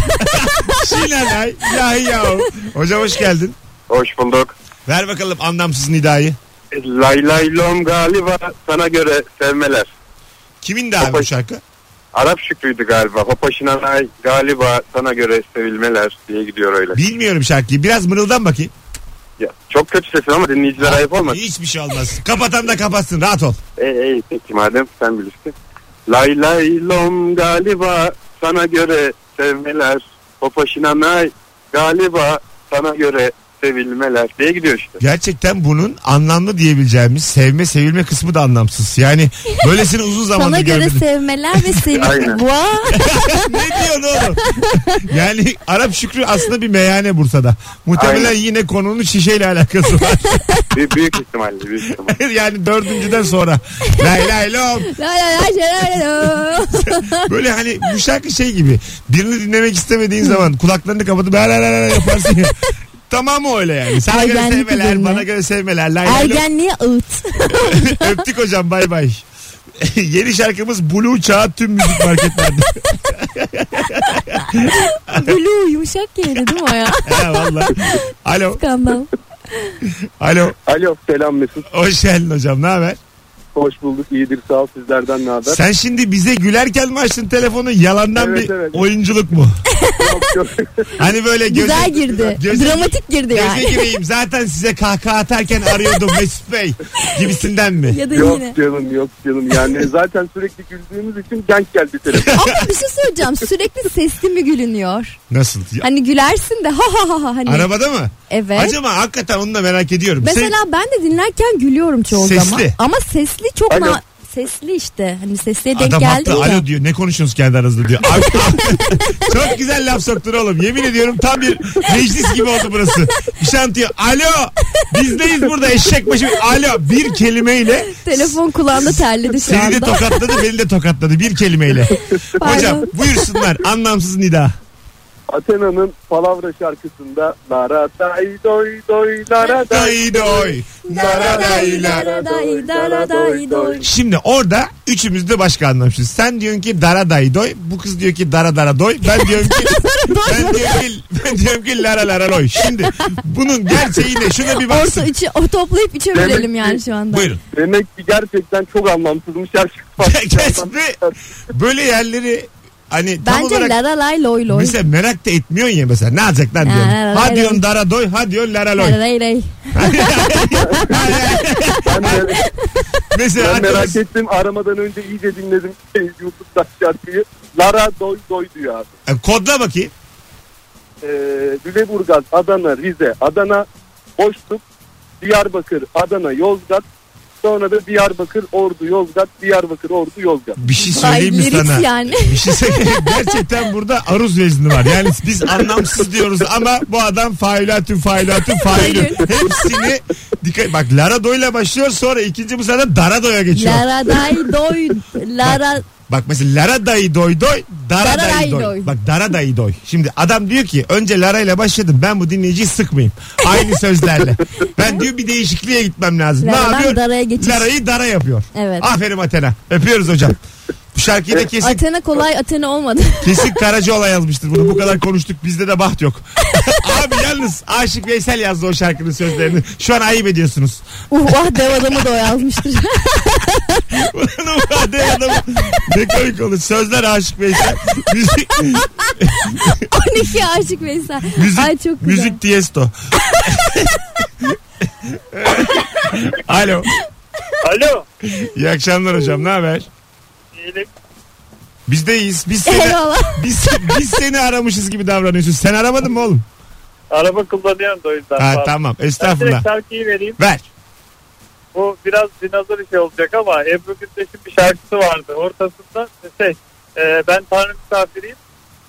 Şinanay. Yahi yahu. Hocam hoş geldin. Hoş bulduk. Ver bakalım anlamsız nidayı. Lay lay lom galiba sana göre sevmeler. Kimin de abi bu Hopa- şarkı? Arap Şükrü'ydü galiba. Hopaşına nay galiba sana göre sevilmeler diye gidiyor öyle. Bilmiyorum şarkıyı. Biraz mırıldan bakayım. Ya, çok kötü sesin ama dinleyiciler ayıp olmaz. Hiçbir şey olmaz. Kapatan da kapatsın. Rahat ol. Ey ey peki madem sen bilirsin. Lay lay lom galiba sana göre sevmeler. Hopaşına nay galiba sana göre sevilmeler diye gidiyor işte. Gerçekten bunun anlamlı diyebileceğimiz sevme sevilme kısmı da anlamsız. Yani böylesini uzun Sana zamandır göre görmedim. sevmeler ve Aynen. sevim. Vay. ne diyorsun oğlum? yani Arap Şükrü aslında bir meyhane Bursa'da. Muhtemelen Aynen. yine konunun şişeyle alakası var. Büyük, büyük ihtimalle büyük ihtimalle. yani dördüncüden sonra. Lay lay lom. La la la la la la. Böyle hani bu şarkı şey gibi. Birini dinlemek istemediğin zaman kulaklarını kapatıp la la la la yaparsın ya. Tamamı öyle yani. Sana göre Ergenlik sevmeler, üzerine. bana göre sevmeler. Lay lay lom. Ergenliğe ağıt. Öptük hocam bay bay. Yeni şarkımız Blue Çağ tüm müzik marketlerde. Blue yumuşak yeri değil mi o ya? ha, vallahi. Alo. Skandal. Alo. Alo selam Mesut. Hoş geldin hocam. Ne haber? Hoş bulduk. İyidir sağ ol. Sizlerden ne haber? Sen şimdi bize gülerken mi açtın telefonu? Yalandan Evet, bir evet. oyunculuk mu? Yok, yok. Hani böyle göze, Güzel girdi. Göze, Dramatik girdi göze yani. gireyim. Zaten size kahkaha atarken arıyordum Mesut Bey gibisinden mi? Ya da yine. yok canım yok canım. Yani zaten sürekli güldüğümüz için denk geldi telefon. Ama bir şey söyleyeceğim. Sürekli sesli mi gülünüyor? Nasıl? Ya- Hani gülersin de ha ha ha ha hani. Arabada mı? evet. Acaba hakikaten onu da merak ediyorum. Sen- Mesela ben de dinlerken gülüyorum çoğu Sesli. zaman. Ama sesli çok Alo. na- sesli işte. Hani sesliye denk Adam geldi haklı. ya. Alo diyor. Ne konuşuyorsunuz kendi aranızda diyor. Abi, çok güzel laf soktun oğlum. Yemin ediyorum tam bir meclis gibi oldu burası. Bir şantiyo. Alo. Biz neyiz burada eşek başı. Alo. Bir kelimeyle Telefon kulağında terledi şu seni de anda. tokatladı beni de tokatladı. Bir kelimeyle. Hocam Pardon. buyursunlar. Anlamsız nida. Athena'nın Palavra şarkısında Lara day doy doy lara day Day doy. Dara day la. Daraday, daraday, doy. Şimdi orada üçümüz de başka anlamışız. Sen diyorsun ki dara day doy. Bu kız diyor ki dara dara doy. Ben diyorum ki ben diyorum ki, ben diyorum ki lara lara doy. Şimdi bunun gerçeği ne? Şuna bir Orta baksın. üçü o toplayıp üçe Demek bölelim ki- yani şu anda. Buyurun. Demek ki gerçekten çok anlamsızmış şarkı. Kesme. Böyle yerleri hani tam Bence olarak lara lay loy loy. mesela merak da etmiyorsun ya mesela ne alacak lan Ha, diyorsun. la, la, Ha la, diyorsun la. dara doy ha diyorsun lara Lara loy. lay lay. Ben, de- Mesela ben merak arkadaş- ettim aramadan önce iyice dinledim şey, YouTube'da şarkıyı. Lara doy doy diyor abi. kodla bakayım. Ee, Lüleburgaz, Adana, Rize, Adana, Boşluk, Diyarbakır, Adana, Yozgat. Sonra da Diyarbakır, Ordu, Yozgat, Diyarbakır, Ordu, Yozgat. Bir şey Ay söyleyeyim mi sana? lirik yani. Bir şey söyleyeyim. Gerçekten burada aruz vezni var. Yani biz anlamsız diyoruz ama bu adam failatü failatü failü. Hepsini dikkat Bak Lara Doy'la başlıyor sonra ikinci bu sefer Daradoy'a geçiyor. Lara day doy. Lara Bak mesela Lara dayı doy doy, Dara Dara dayı dayı doy. doy. Bak Dara dayı doy. Şimdi adam diyor ki önce Lara ile başladım ben bu dinleyiciyi sıkmayayım. Aynı sözlerle. Ben diyor bir değişikliğe gitmem lazım. Lara'dan ne yapıyor? Dara'ya geçiş. Lara'yı Dara yapıyor. Evet. Aferin Athena. Öpüyoruz hocam. Bu şarkıyı da kesin Athena kolay Athena olmadı. Kesin Karacaoğlan yazmıştır bunu. Bu kadar konuştuk bizde de baht yok. Abi yalnız Aşık Veysel yazdı o şarkının sözlerini. Şu an ayıp ediyorsunuz. Uh ah dev adamı da o yazmıştır. Ulan bu adam adamı ne komik olur. Sözler Aşık Veysel. Müzik, 12 aşık Veysel. müzik, Ay çok güzel. müzik Tiesto. Alo. Alo. İyi akşamlar hocam. Ne haber? İyilik. Biz de iyiyiz. Biz seni, Eyvallah. biz, biz seni aramışız gibi davranıyorsun. Sen aramadın mı oğlum? Araba kullanıyorum da o yüzden. Ha, Pardon. tamam. Ben Estağfurullah. direkt şarkıyı vereyim. Ver. Bu biraz dinozor işi olacak ama Ebru Gündeş'in bir şarkısı vardı. Ortasında şey e, ben Tanrı misafiriyim.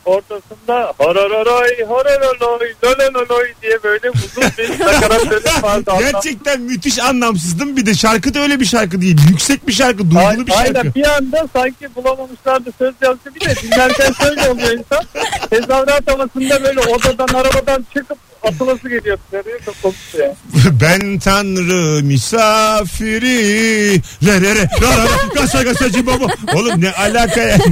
Ortasında horororoy horororoy lolololoy diye böyle uzun bir nakarat bölüm vardı. Gerçekten müthiş anlamsız değil mi? Bir de şarkı da öyle bir şarkı değil. Yüksek bir şarkı, duygulu bir şarkı. Aynen bir anda sanki bulamamışlardı söz yazısı bir de dinlerken söz oluyor insan. Tezahürat havasında böyle odadan arabadan çıkıp atılası geliyor dışarıya çok komik ya. ben tanrı misafiri. Re re re. Ra ra ra. Gasa gasacı baba. Oğlum ne alaka yani?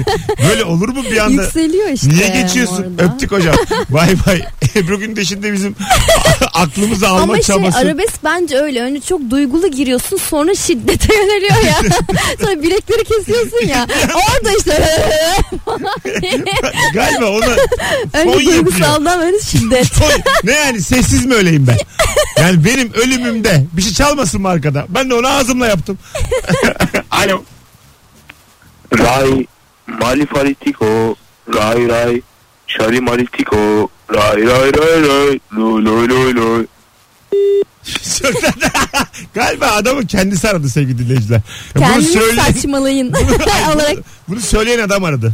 Böyle olur mu bir anda? Yükseliyor işte. Niye geçiyorsun? orada. Öptük hocam. Bay bay. Ebru Gündeş'in de bizim aklımızı alma Ama şey çabası. arabesk bence öyle. Önce çok duygulu giriyorsun sonra şiddete yöneliyor ya. sonra bilekleri kesiyorsun ya. Orada işte. Galiba ona fon Önce yapıyor. Hani duygusaldan böyle şiddet. Fon- Ne yani sessiz mi öleyim ben? Yani benim ölümümde bir şey çalmasın mı arkada? Ben de onu ağzımla yaptım. Alo. Ray malifaritiko ray ray şari maritiko ray ray ray ray loy loy loy loy. Galiba adamı kendisi aradı sevgili dinleyiciler. Ya Bunu Kendini söyleyen, saçmalayın. olarak bunu söyleyen adam aradı.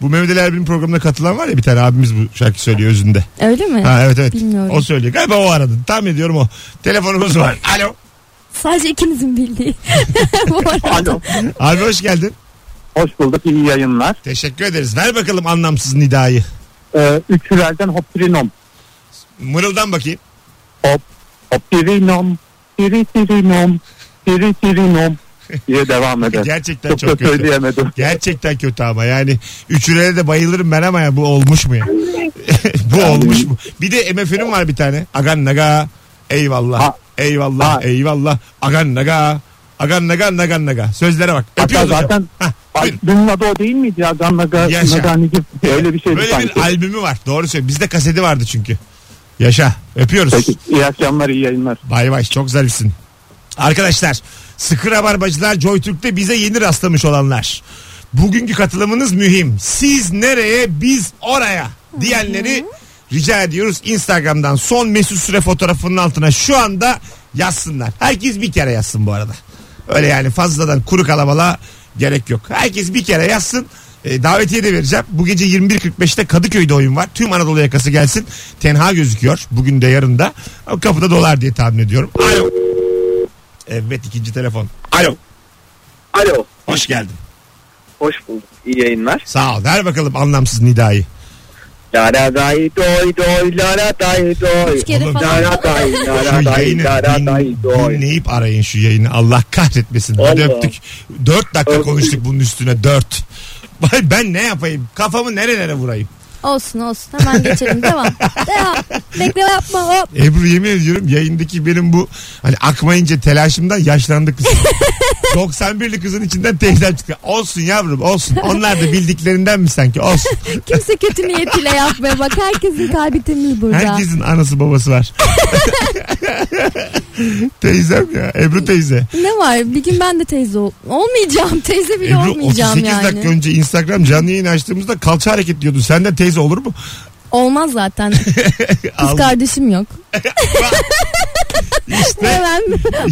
Bu Mehmet Ali Erbil'in programına katılan var ya bir tane abimiz bu şarkı söylüyor özünde. Öyle mi? Ha evet evet. Bilmiyorum. O söylüyor. Galiba o aradı. Tahmin ediyorum o. Telefonumuz var. Alo. Sadece ikinizin bildiği. Bu arada. Abi hoş geldin. Hoş bulduk iyi yayınlar. Teşekkür ederiz. Ver bakalım anlamsız nidayı. Ee, Üçürel'den Hoprinom. Mırıldan bakayım. Hop. Hoprinom. Tiritinom. Tiritinom. diye devam eder. Gerçekten Çok, çok, da kötü. söyleyemedim. Gerçekten kötü ama yani üçüne de bayılırım ben ama ya bu olmuş mu ya? bu olmuş mu? Bir de MF'nin var bir tane. Agan naga. Eyvallah. Ha. Eyvallah. Ha. Eyvallah. Agan naga. Agan naga naga naga. Sözlere bak. Hatta Öpüyoruz hocam. zaten Hah, Ay, buyurun. bunun adı o değil miydi ya? Gannaga, Yaşa. Nagani gibi öyle bir şeydi Böyle sanki. bir albümü var. Doğru söylüyorsun. Bizde kaseti vardı çünkü. Yaşa. Öpüyoruz. Peki iyi akşamlar iyi yayınlar. Bay bay çok zarifsin. Arkadaşlar sıkı rabarbacılar JoyTürk'te bize yeni rastlamış olanlar. Bugünkü katılımınız mühim. Siz nereye biz oraya diyenleri rica ediyoruz. Instagram'dan son mesut süre fotoğrafının altına şu anda yazsınlar. Herkes bir kere yazsın bu arada. Öyle yani fazladan kuru kalabala gerek yok. Herkes bir kere yazsın. E, davetiye de vereceğim. Bu gece 21.45'te Kadıköy'de oyun var. Tüm Anadolu yakası gelsin. Tenha gözüküyor. Bugün de yarın da. Ama Kapıda dolar diye tahmin ediyorum. Alo. Evet ikinci telefon. Alo. Alo Hoş geldin. hoş bulduk iyi yayınlar. Sağ ol. Ver bakalım anlamsız nidayı. Lara day doy doy lara day doy. Üç kere Oğlum, falan. Lara day Şu lara day yayını lara day din, doy. dinleyip arayın şu yayını. Allah kahretmesin. Hadi Allah. öptük. Dört dakika Öptük. konuştuk bunun üstüne. Dört. Vay, Ben ne yapayım? Kafamı nerelere vurayım? Olsun olsun hemen geçelim devam. Devam. Bekle yapma hop. Ebru yemin ediyorum yayındaki benim bu hani akmayınca telaşımdan yaşlandı kız. 91'li kızın içinden teyzem çıktı. Olsun yavrum olsun. Onlar da bildiklerinden mi sanki? Olsun. Kimse kötü niyetiyle yapmaya bak. Herkesin kalbi temiz burada. Herkesin anası babası var. Teyzem ya. Ebru teyze. Ne var? Bir gün ben de teyze ol- olmayacağım. Teyze bile Ebru 38 olmayacağım yani. dakika önce Instagram canlı yayını açtığımızda kalça hareket diyordu. Sen de teyze olur mu? Olmaz zaten. Kız Al. kardeşim yok. İşte, Hemen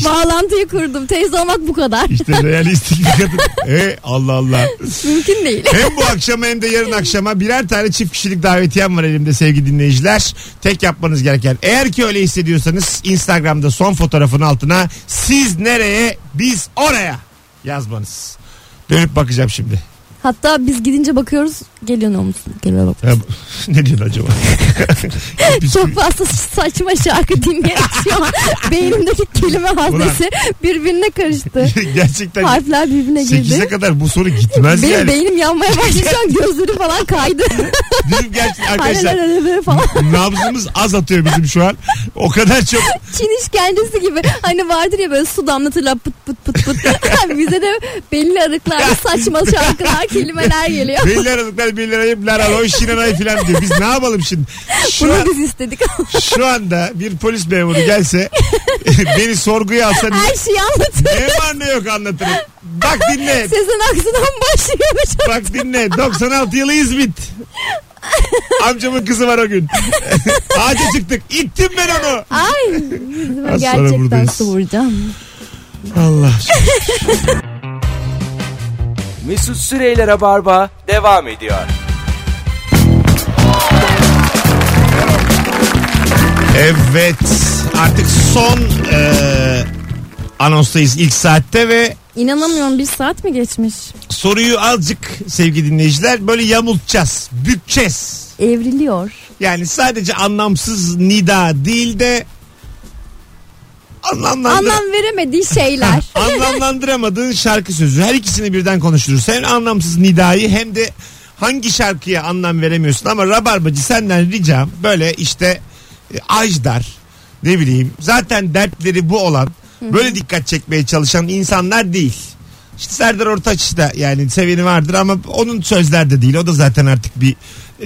bağlantıyı kurdum. Teyze olmak bu kadar. işte realistik bir kadın. E, Allah Allah. Mümkün değil. Hem bu akşama hem de yarın akşama birer tane çift kişilik davetiyem var elimde sevgili dinleyiciler. Tek yapmanız gereken eğer ki öyle hissediyorsanız Instagram'da son fotoğrafın altına siz nereye biz oraya yazmanız. Dönüp bakacağım şimdi. Hatta biz gidince bakıyoruz. Geliyor namusun. Geliyor bak. Ya bu- ne diyorsun acaba? Biz- Çok fazla saçma şarkı dinleyerek şu an beynimdeki kelime haznesi birbirine karıştı. Gerçekten Harfler birbirine 8'e girdi. kadar bu soru gitmez Benim yani. beynim yanmaya başladı şu an gözlerim falan kaydı. Bizim gerçekten arkadaşlar Arkadaşlar. falan. nabzımız az atıyor bizim şu an. O kadar çok Çin işkencesi gibi. Hani vardır ya böyle su damlatırlar pıt pıt Hani pıt pıt. Bize de belli arıklarda saçma şarkılar, kelimeler geliyor. belli aralıklar lal bilayım laraloy şinanay filan diyor. Biz ne yapalım şimdi? Şu, Bunu an, biz istedik. şu anda bir polis memuru gelse beni sorguya alsa ne, Her şeyi anlatıyor. ne var ne yok anlatırım. Bak dinle. Sezen Aksu'dan başlıyormuş. Bak dinle 96 yılı İzmit. Amcamın kızı var o gün. Ağaca çıktık. İttim ben onu. Az Ay sonra yüzüme gerçekten buradayız. soğuracağım. Allah. Mesut Süreyler'e barba devam ediyor. Evet. Artık son e, anonstayız ilk saatte ve İnanamıyorum bir saat mi geçmiş? soruyu azıcık sevgili dinleyiciler böyle yamultacağız. Bükeceğiz. Evriliyor. Yani sadece anlamsız nida değil de anlamlandır Anlam veremediği şeyler. anlamlandıramadığın şarkı sözü. Her ikisini birden konuşuruz. Hem anlamsız nidayı hem de hangi şarkıya anlam veremiyorsun ama Rabarbacı senden ricam böyle işte e, ajdar ne bileyim zaten dertleri bu olan böyle dikkat çekmeye çalışan insanlar değil. İşte Serdar Ortaç da yani seveni vardır ama onun sözler de değil. O da zaten artık bir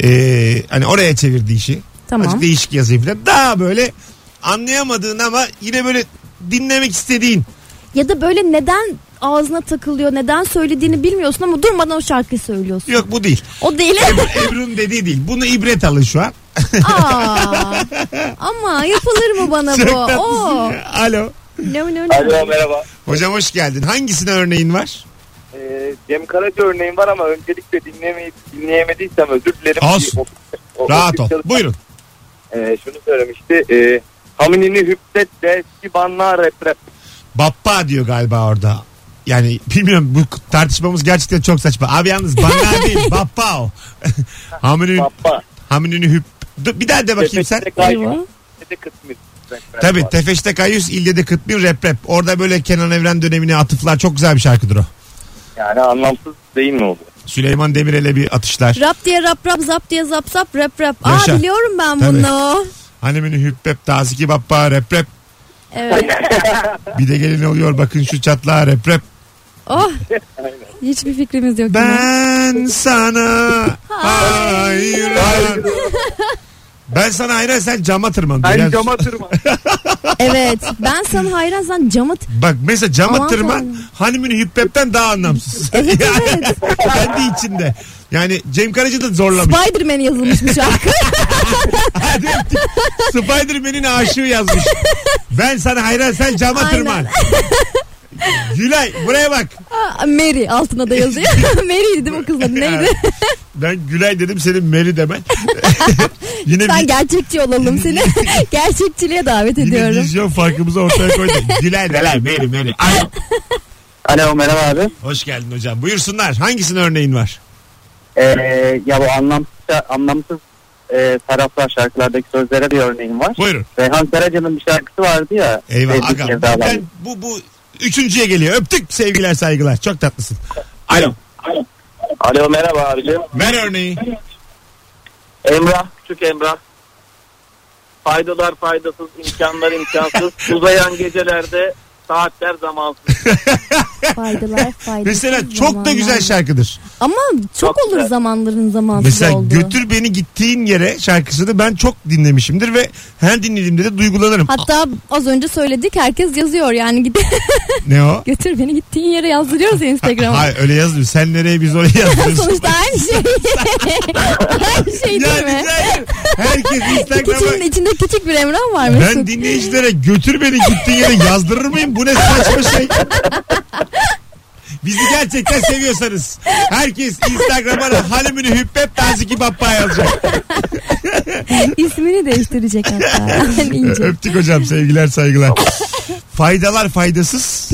e, hani oraya çevirdi işi. Tamam. Azıcık değişik yazayım falan. Daha böyle anlayamadığın ama yine böyle dinlemek istediğin ya da böyle neden ağzına takılıyor, neden söylediğini bilmiyorsun ama durmadan o şarkıyı söylüyorsun. Yok bu değil. O değil. Ebru'nun dediği değil. Bunu ibret alın şu an. Aa, ama yapılır mı bana Çok bu? tatlısın Oo. ya. Alo. No, no, no. Alo merhaba. Hocam hoş geldin. Hangisine örneğin var? Ee, Cem Karaca örneğim var ama öncelikle dinlemeyi, dinleyemediysem özür dilerim. Olsun. Bir o- o- Rahat o- ol. Buyurun. Ee, şunu söylemişti. E, Haminini hüplet de sibanla rep rep. Bappa diyor galiba orada. Yani bilmiyorum bu tartışmamız gerçekten çok saçma. Abi yalnız bana değil bappa o. Hamünün, Baba. hamününü hüp. Dur, Bir daha de bakayım sen. Eyvah. de kısmet. Tabii Tefeş'te Kayyus ilde de Kıtmir rep rep. Orada böyle Kenan Evren dönemine atıflar çok güzel bir şarkıdır o. Yani anlamsız değil mi oluyor? Süleyman Demirel'e bir atışlar. Rap diye rap rap zap diye zap zap rap rap. Yaşa. Aa biliyorum ben Tabii. bunu. Hanımını hüppep taziki bappa rep rep. Evet. Bir de gelin oluyor bakın şu çatlağa rep rep. Oh. Hiçbir fikrimiz yok. yine. Ben sana hayran. ben sana hayran sen cama tırman. diyor. Ben Yani- cama tırman. Evet. Ben sana hayran sen camı t- Bak mesela cama Aman tırman tanrım. hanımını hüppepten daha anlamsız. Evet evet. Kendi içinde. Yani Cem Karaca da zorlamış. Spiderman yazılmış bir şarkı. Hadi öptük. Spiderman'in aşığı yazmış. Ben sana hayran sen cama Aynen. tırman. Gülay buraya bak. Aa, Mary altına da yazıyor. Mary'ydi değil mi kızın neydi? Ben Gülay dedim senin Meri demen. Yine Sen bir- gerçekçi olalım seni. Gerçekçiliğe davet Yine ediyorum. vizyon farkımızı ortaya koydu. Gülay neler meri meri. Alo. Alo merhaba abi. Hoş geldin hocam. Buyursunlar. Hangisinin örneğin var? Ee, ya bu anlamsız, anlamsız e, taraflar şarkılardaki sözlere bir örneğim var. Buyurun. Reyhan Karaca'nın bir şarkısı vardı ya. Eyvallah. Sevdik Aga, Sevdalar. ben, bu, bu üçüncüye geliyor. Öptük sevgiler saygılar. Çok tatlısın. Alo. Alo merhaba abicim. Ver örneği. Emrah küçük Emrah. Faydalar faydasız, imkanlar imkansız. Uzayan gecelerde saatler zamansız. Faydalar faydalar. Mesela çok da güzel şarkıdır. Ama çok Çok olur güzel. zamanların zamansız Mesela oldu. Götür Beni Gittiğin Yere şarkısını ben çok dinlemişimdir ve her dinlediğimde de duygulanırım. Hatta az önce söyledik herkes yazıyor yani git Ne o? götür beni gittiğin yere yazdırıyoruz ya Instagram'a. Hayır öyle yazmıyor. Sen nereye biz oraya yazmıyoruz. Sonuçta aynı şey. aynı şey değil mi? yani hayır. Herkes Instagram'a Küçüğün içinde küçük bir Emrah var Mesut. Ben dinleyicilere götür beni gittiğin yere yazdırır mıyım? Bu ne saçma şey? Bizi gerçekten seviyorsanız herkes Instagram'a da halimini hüppet taziki babba yazacak. İsmini değiştirecek hatta. Yani Ö- iyice. Öptük hocam sevgiler saygılar. Faydalar faydasız.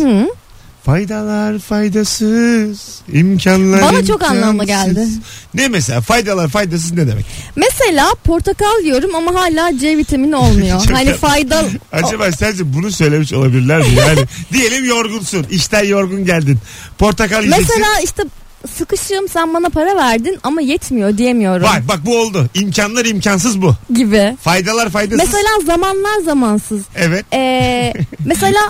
Faydalar faydasız. imkanlar Bana çok anlamlı imkansız. geldi. Ne mesela faydalar faydasız ne demek? Mesela portakal yiyorum ama hala C vitamini olmuyor. Çok hani tatlı. faydalı. Acaba sence bunu söylemiş olabilirler mi? Yani diyelim yorgunsun. işten yorgun geldin. Portakal yiyeceksin. Mesela işte sıkışığım sen bana para verdin ama yetmiyor diyemiyorum Bak bak bu oldu. İmkanlar imkansız bu. gibi. Faydalar faydasız. Mesela zamanlar zamansız. Evet. Ee, mesela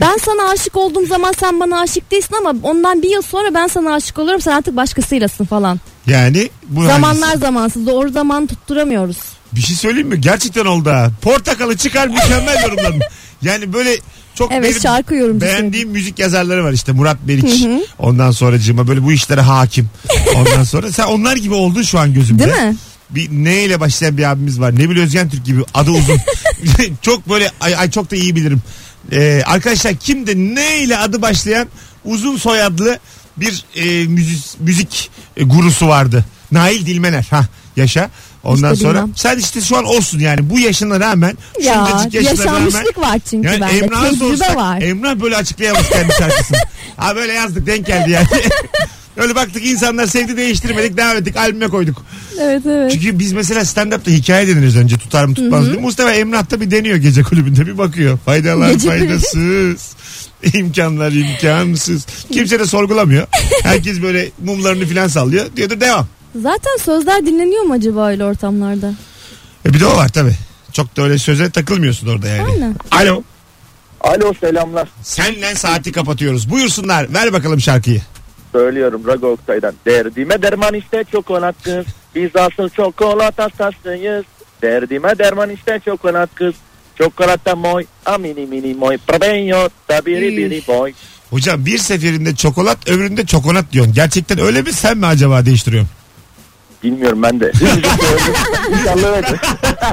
ben sana aşık olduğum zaman sen bana aşık değilsin ama ondan bir yıl sonra ben sana aşık olurum sen artık başkasıylasın falan. Yani bu Zamanlar hangisi? zamansız doğru zaman tutturamıyoruz. Bir şey söyleyeyim mi? Gerçekten oldu ha. Portakalı çıkar mükemmel yorumladım. Yani böyle çok Evet, benim şarkı yorumcusu. beğendiğim müzik yazarları var işte Murat Meriç. Ondan sonra Cima böyle bu işlere hakim. Ondan sonra sen onlar gibi oldun şu an gözümde. Değil mi? Bir neyle başlayan bir abimiz var. Nebil Özgen Türk gibi adı uzun. çok böyle ay, ay çok da iyi bilirim. Ee, arkadaşlar kim de neyle adı başlayan uzun soyadlı bir e, müzis- müzik e, gurusu vardı. Nail Dilmener. Ha yaşa. Ondan İşte sonra bilmem. sen işte şu an olsun yani bu yaşına rağmen Ya şuncacık yaşına rağmen yaşanmışlık var çünkü yani bende. Emrah'a Tecrübe sorsak var. Emrah böyle açıklayamaz kendi şarkısını. ha böyle yazdık denk geldi yani. Öyle baktık insanlar sevdi değiştirmedik devam ettik albüme koyduk. evet evet. Çünkü biz mesela stand-up'ta hikaye deniriz önce tutar mı tutmaz mı diye. Mustafa Emrah da bir deniyor gece kulübünde bir bakıyor. Faydalar Gece kulübü. faydasız. İmkanlar imkansız. Kimse de sorgulamıyor. Herkes böyle mumlarını filan sallıyor. Diyordur devam. Zaten sözler dinleniyor mu acaba öyle ortamlarda? E bir de o var tabii. Çok da öyle söze takılmıyorsun orada yani. Aynen. Alo. Alo selamlar. Senle saati kapatıyoruz. Buyursunlar. Ver bakalım şarkıyı. Söylüyorum Rago Oktay'dan. Derdime derman işte çikolat kız. Biz asıl çikolat hastasıyız. Derdime derman işte çikolat kız. Çikolata moy, amini mini moy, prabenyo, tabiri biri boy. Hocam bir seferinde çokolat öbüründe çokonat diyorsun. Gerçekten öyle mi sen mi acaba değiştiriyorsun? Bilmiyorum ben de. Yalan.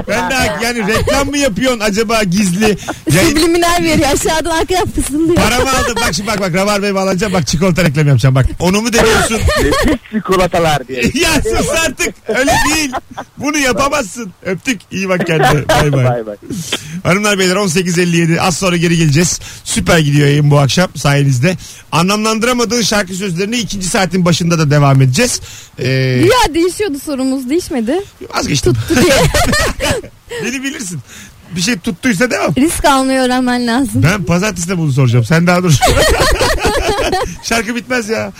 Ben de yani reklam mı yapıyorsun acaba gizli? Yayın- Subliminal veriyor aşağıdan arkadan fısıldıyor. Para mı aldın? Bak şimdi bak bak Rabarba'ya bağlanacağım. Bak çikolata reklamı yapacağım bak. Onu mu deniyorsun? Nefis çikolatalar diye. ya sus artık. Öyle değil. Bunu yapamazsın. Öptük. İyi bak kendine. Bay bay. bay. Hanımlar beyler 18.57 az sonra geri geleceğiz. Süper gidiyor yayın bu akşam sayenizde. Anlamlandıramadığın şarkı sözlerini ikinci saatin başında da devam edeceğiz. Ee, Ya değişiyordu sorumuz değişmedi. vazgeçtim. Tuttu diye. Beni bilirsin. Bir şey tuttuysa devam. Risk almayı öğrenmen lazım. Ben pazartesi de bunu soracağım. Sen daha dur. Şarkı bitmez ya.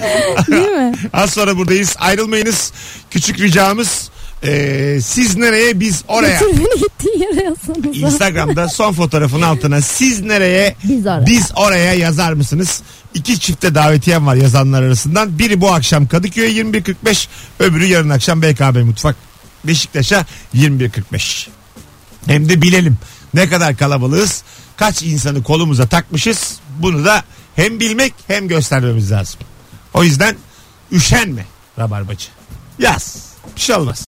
Değil mi? Az sonra buradayız. Ayrılmayınız. Küçük ricamız. ee, siz nereye biz oraya. Götür beni gittiğin yere yazsanıza. Instagram'da son fotoğrafın altına siz nereye Biz oraya. oraya yazar mısınız? İki çifte davetiyem var yazanlar arasından. Biri bu akşam Kadıköy 21.45 öbürü yarın akşam BKB Mutfak Beşiktaş'a 21.45. Hem de bilelim ne kadar kalabalığız, kaç insanı kolumuza takmışız. Bunu da hem bilmek hem göstermemiz lazım. O yüzden üşenme Rabarbacı. Yaz. Bir şey olmaz.